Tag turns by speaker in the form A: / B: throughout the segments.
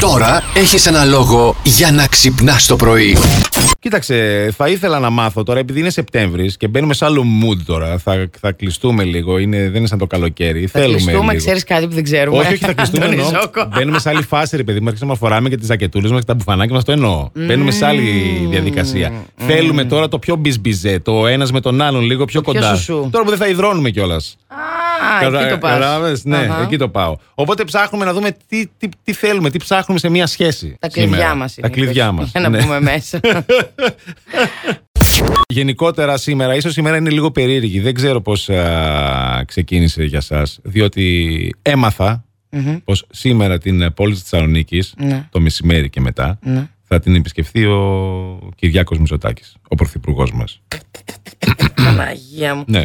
A: Τώρα έχεις ένα λόγο για να ξυπνάς το πρωί.
B: Κοίταξε, θα ήθελα να μάθω τώρα, επειδή είναι Σεπτέμβρης και μπαίνουμε σε άλλο mood τώρα. Θα, θα κλειστούμε λίγο, είναι, δεν είναι σαν το καλοκαίρι.
C: Θα
B: Θέλουμε.
C: κλειστούμε,
B: λίγο.
C: ξέρεις κάτι που δεν ξέρουμε.
B: Όχι, όχι, θα κλειστούμε.
C: Αντώνη
B: εννοώ.
C: Ζόκο.
B: Μπαίνουμε σε άλλη φάση, ρε παιδί μου. Αρχίσαμε να φοράμε και τις ζακετούλες μας και τα μπουφανάκια μας. Το
C: Mm.
B: εννοώ. Μπαίνουμε σε άλλη διαδικασία. Θέλουμε τώρα το πιο μπιζμπιζέ, το ένας με τον άλλον λίγο πιο
C: Το πιο
B: κοντά.
C: σουσού.
B: Τώρα που δεν θα υδρώνουμε κιόλας.
C: Α, εκεί το πας.
B: Ναι,
C: Αχα.
B: εκεί το πάω. Οπότε ψάχνουμε να δούμε τι, τι, τι θέλουμε, τι ψάχνουμε σε μία σχέση.
C: Τα
B: σήμερα.
C: κλειδιά μας.
B: Τα κλειδιά ναι. μας.
C: Για να πούμε μέσα.
B: Γενικότερα σήμερα, ίσως σήμερα είναι λίγο περίεργη. Δεν ξέρω πώς ξεκίνησε για σας διότι έμαθα
C: Μμμ.
B: πως σήμερα την ε, πόλη της Θεσσαλονίκης,
C: Ναι.
B: το μεσημέρι και μετά,
C: Ναι.
B: θα την επισκεφθεί ο Κυριάκος Μητσοτάκης, ο πρωθυπουργός μας.
C: Παναγία μου.
B: Ναι.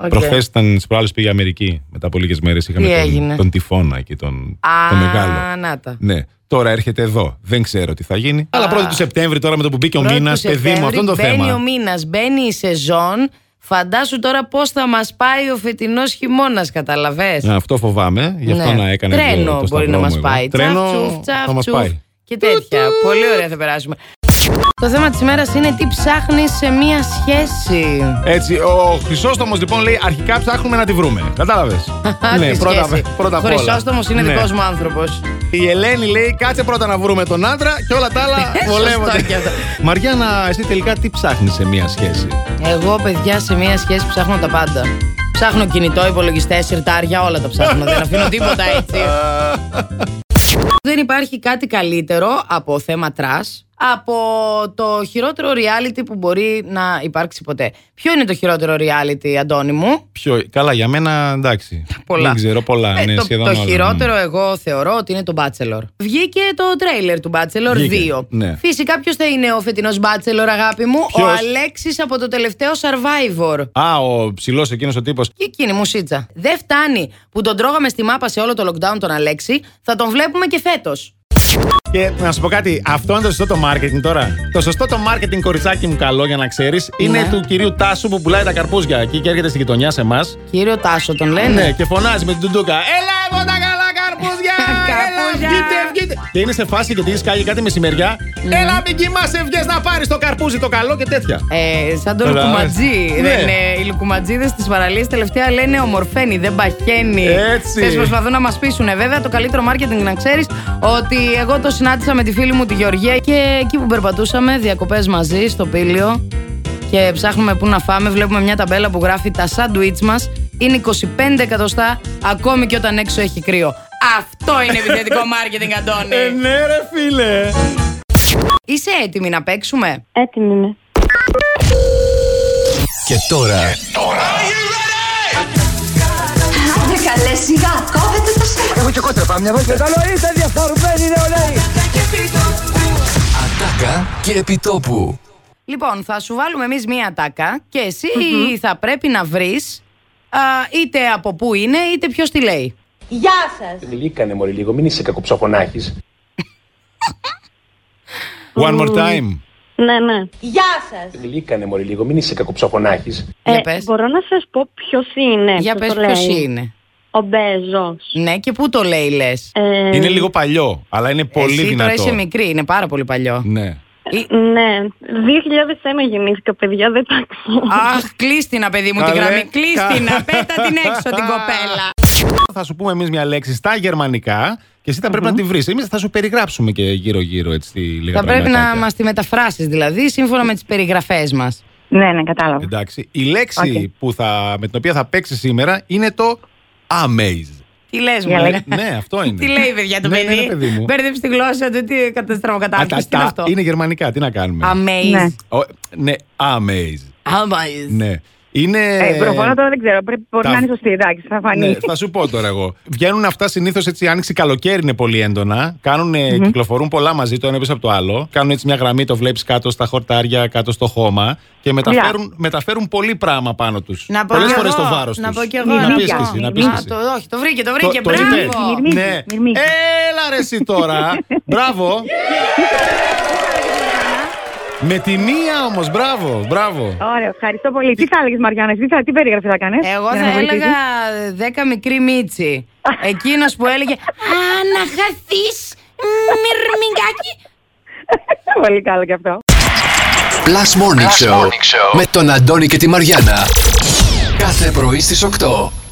C: Οκ.
B: Προχθές ήταν στις προάλλες πήγε Αμερική. Μετά από λίγες μέρες είχαμε
C: Τι
B: τον,
C: έγινε?
B: τον τυφώνα και τον,
C: Α,
B: τον μεγάλο.
C: να τα.
B: Ναι. Τώρα έρχεται εδώ. Δεν ξέρω τι θα γίνει. Αλλά 1η του Σεπτέμβρη, τώρα με το που μπήκε ο
C: Πρώτη
B: μήνα,
C: του
B: παιδί μου,
C: Σεπτέμβρη
B: αυτό είναι το
C: μπαίνει
B: θέμα.
C: ο μήνας, μπαίνει η σεζόν. Φαντάσου τώρα πώς θα μας πάει ο φετινός χειμώνας, καταλαβέ.
B: Ναι, αυτό φοβάμαι. Γι' αυτό να έκανε και
C: Ναι. Τρένο
B: το
C: μπορεί
B: σταυρό
C: να
B: μου
C: μα
B: εγώ.
C: πάει.
B: Τρένο
C: Τσαφ, τσουφ, τσαφ,
B: θα μας
C: τσουφ.
B: πάει.
C: Και τέτοια. Πολύ ωραία θα περάσουμε. Το θέμα της ημέρας είναι τι ψάχνεις σε μία σχέση.
B: Έτσι, ο Χρυσόστομος λοιπόν λέει: Αρχικά ψάχνουμε να τη βρούμε. Κατάλαβες.
C: Τη
B: Ναι, πρώτα,
C: σχέση.
B: πρώτα απ'
C: Ο
B: όλα.
C: Χρυσόστομος είναι
B: Ναι.
C: δικός μου άνθρωπος.
B: Η Ελένη λέει: Κάτσε πρώτα να βρούμε τον άντρα και όλα τα άλλα βολεύονται.
C: Σωστό και αυτό.
B: Μαριάννα, εσύ τελικά τι ψάχνεις σε μία σχέση.
C: Εγώ, παιδιά, σε μία σχέση ψάχνω τα πάντα. Ψάχνω κινητό, υπολογιστές, σιρτάρια, όλα τα ψάχνω. Δεν αφήνω τίποτα έτσι. Δεν υπάρχει κάτι καλύτερο από θέμα τρας από το χειρότερο reality που μπορεί να υπάρξει ποτέ. Ποιο είναι το χειρότερο reality, Αντώνη μου?
B: Ποιο, καλά, για μένα εντάξει.
C: Πολλά.
B: Δεν ξέρω, πολλά.
C: Ε,
B: ναι,
C: το
B: σχεδόν
C: το
B: όλα.
C: χειρότερο εγώ θεωρώ ότι είναι το Bachelor. Βγήκε το τρέιλερ του Bachelor
B: Βγήκε,
C: 2.
B: ναι.
C: Φυσικά ποιος θα είναι ο φετινός Bachelor, αγάπη μου, ο
B: Ποιος?
C: Αλέξης από το τελευταίο Survivor.
B: Α, ο ψηλός εκείνος ο τύπος.
C: Και εκείνη μουσίτσα. Δεν φτάνει που τον τρώγαμε στη μάπα σε όλο το lockdown τον Αλέξη, θα τον βλέπουμε και φέτος.
B: Και να σου πω κάτι, αυτό είναι το σωστό το marketing τώρα. Το σωστό το marketing, κοριτσάκι μου, καλό για να ξέρεις, είναι
C: Ναι.
B: του κυρίου Τάσου που πουλάει τα καρπούζια εκεί και έρχεται στη γειτονιά σε εμάς.
C: Κύριο Τάσο τον λένε.
B: Ναι, και φωνάζει με την τουντούκα. Έλα εδώ τα καλά καρπούζια! Έλα,
C: Καρπούζια!
B: βγείτε, βγείτε! Και είναι σε φάση και τη σκάγει κάτι μεσημεριά.
C: Ναι.
B: Έλα, μην κοιμάσαι, βγες να πάρεις το καρπούζι το καλό και τέτοια.
C: Ε, σαν τον
B: Καλά.
C: Λουκουματζή.
B: Ναι.
C: Δεν, ε, οι Λουκουματζίδε τη παραλία τελευταία λένε ομορφαίνει, δεν παχαίνει.
B: Έτσι.
C: Θες, προσπαθούν να μας πείσουν. Βέβαια, το καλύτερο marketing να ξέρεις ότι εγώ το συνάντησα με τη φίλη μου τη Γεωργία και εκεί που περπατούσαμε διακοπές μαζί στο πήλιο και ψάχνουμε πού να φάμε. Βλέπουμε μια ταμπέλα που γράφει τα σάντουιτ μας είναι 25 εκατοστά ακόμη και όταν έξω έχει κρύο. Αυτό είναι επιθετικό marketing,
B: Ε,
C: Αντώνη.
B: ναι, ρε φίλε.
C: Είσαι έτοιμη να παίξουμε.
D: Έτοιμη είμαι.
A: Και τώρα
E: Άντε καλέ σιγά, κόβετε το στέκ.
A: Ατάκα και Επιτόπου.
C: Λοιπόν, θα σου βάλουμε εμείς μία τάκα και εσύ θα πρέπει να βρεις είτε από πού είναι είτε ποιος τη λέει.
D: Γεια σας.
F: Λίκανε μωρή λίγο, μην είσαι κακοψοφωνάχης.
B: One more time.
D: Ναι, ναι. Γεια σας.
F: Λίκανε μωρή λίγο, μην είσαι κακοψοφωνάχης.
C: Για πες.
D: Ε, Μπορώ να σας πω ποιος είναι.
B: Ε,
C: Για
D: που
C: πες
D: το
C: ποιος
D: λέει.
C: είναι.
D: Ο Μπέζος.
C: Ναι, και πού το λέει, λες.
D: Ε,
B: Είναι λίγο παλιό, αλλά είναι πολύ
C: Εσύ τώρα
B: δυνατό.
C: είσαι μικρή, είναι πάρα πολύ παλιό.
B: Ναι.
D: Ναι. 2001 γεννήθηκα, παιδιά, δεν τα ξέρω.
C: Αχ, κλείστηνα, παιδί μου, την
B: Καλέ.
C: γραμμή. Κλείστηνα,
B: Κα-
C: πέτα την έξω την κοπέλα.
B: Θα σου πούμε εμείς μια λέξη στα γερμανικά και εσύ θα πρέπει να τη βρεις. Εμείς θα σου περιγράψουμε και γύρω-γύρω έτσι λίγα
C: Θα πρέπει να
B: πραγματάκια.
C: μας τη μεταφράσεις, δηλαδή, σύμφωνα με τις περιγραφές μας.
D: Ναι, ναι, κατάλαβα.
B: Εντάξει. Η λέξη που θα, με την οποία θα παίξει σήμερα είναι το amaze.
C: Τι λες, μου
D: Για
C: λέει.
D: λέγα.
B: ναι, αυτό είναι.
C: Ε, Τι λέει, παιδιά, το
B: Ναι, ναι, ναι,
C: παιδί.
B: παιδί μου.
C: Μπέρδεψε τη γλώσσα του, τι
B: Α, τα-
C: καταστραβοκατάσταση. Τι είναι
B: τα-
C: αυτό.
B: είναι γερμανικά, τι να κάνουμε.
D: Ναι.
C: Amaze.
B: Ο- ναι, amaze.
C: Amaze.
B: Ναι. Είναι.
D: Ε, προφανώς τώρα δεν ξέρω. Πρέπει μπορεί
B: τα-
D: να είναι σωστή. Εντάξει, θα φανεί.
B: Ναι, θα σου πω τώρα εγώ. Βγαίνουν αυτά συνήθως έτσι, άνοιξη καλοκαίρι είναι πολύ έντονα. Κάνουν, ε, Κυκλοφορούν πολλά μαζί το ένα πίσω από το άλλο. Κάνουν έτσι μια γραμμή, το βλέπεις κάτω στα χορτάρια, κάτω στο χώμα. Και μεταφέρουν, μεταφέρουν πολύ πράγμα πάνω τους.
C: Να πω
B: Πολλές
C: κι
B: φορές
C: εγώ,
B: το βάρο του.
C: Να πω και εγώ.
B: Να
D: να
B: πεις
D: πω.
B: και εσύ, να πεις και
C: Α,
B: εσύ.
C: το, όχι, το βρήκε, το βρήκε.
B: Το- το
C: μπράβο.
B: είδε.
D: Μυρμήγκη,
B: Ναι.
D: μυρμήγκη.
B: Έλα ρε εσύ τώρα. Μπράβο. Με τη μία όμως, μπράβο, μπράβο.
D: Ωραίο, ευχαριστώ πολύ. Τι θα έλεγες, Μαριάννα, εσύ, θα, τι περιγραφή θα κάνεις.
C: Εγώ θα έλεγα 10 μικρή μίτσι. Εκείνος που έλεγε Α, να χαθεί Μυρμηγκάκι.
D: Πολύ καλό κι αυτό.
A: Plus Morning, Show, με τον Αντώνη και τη Μαριάνα. Κάθε πρωί στις 8.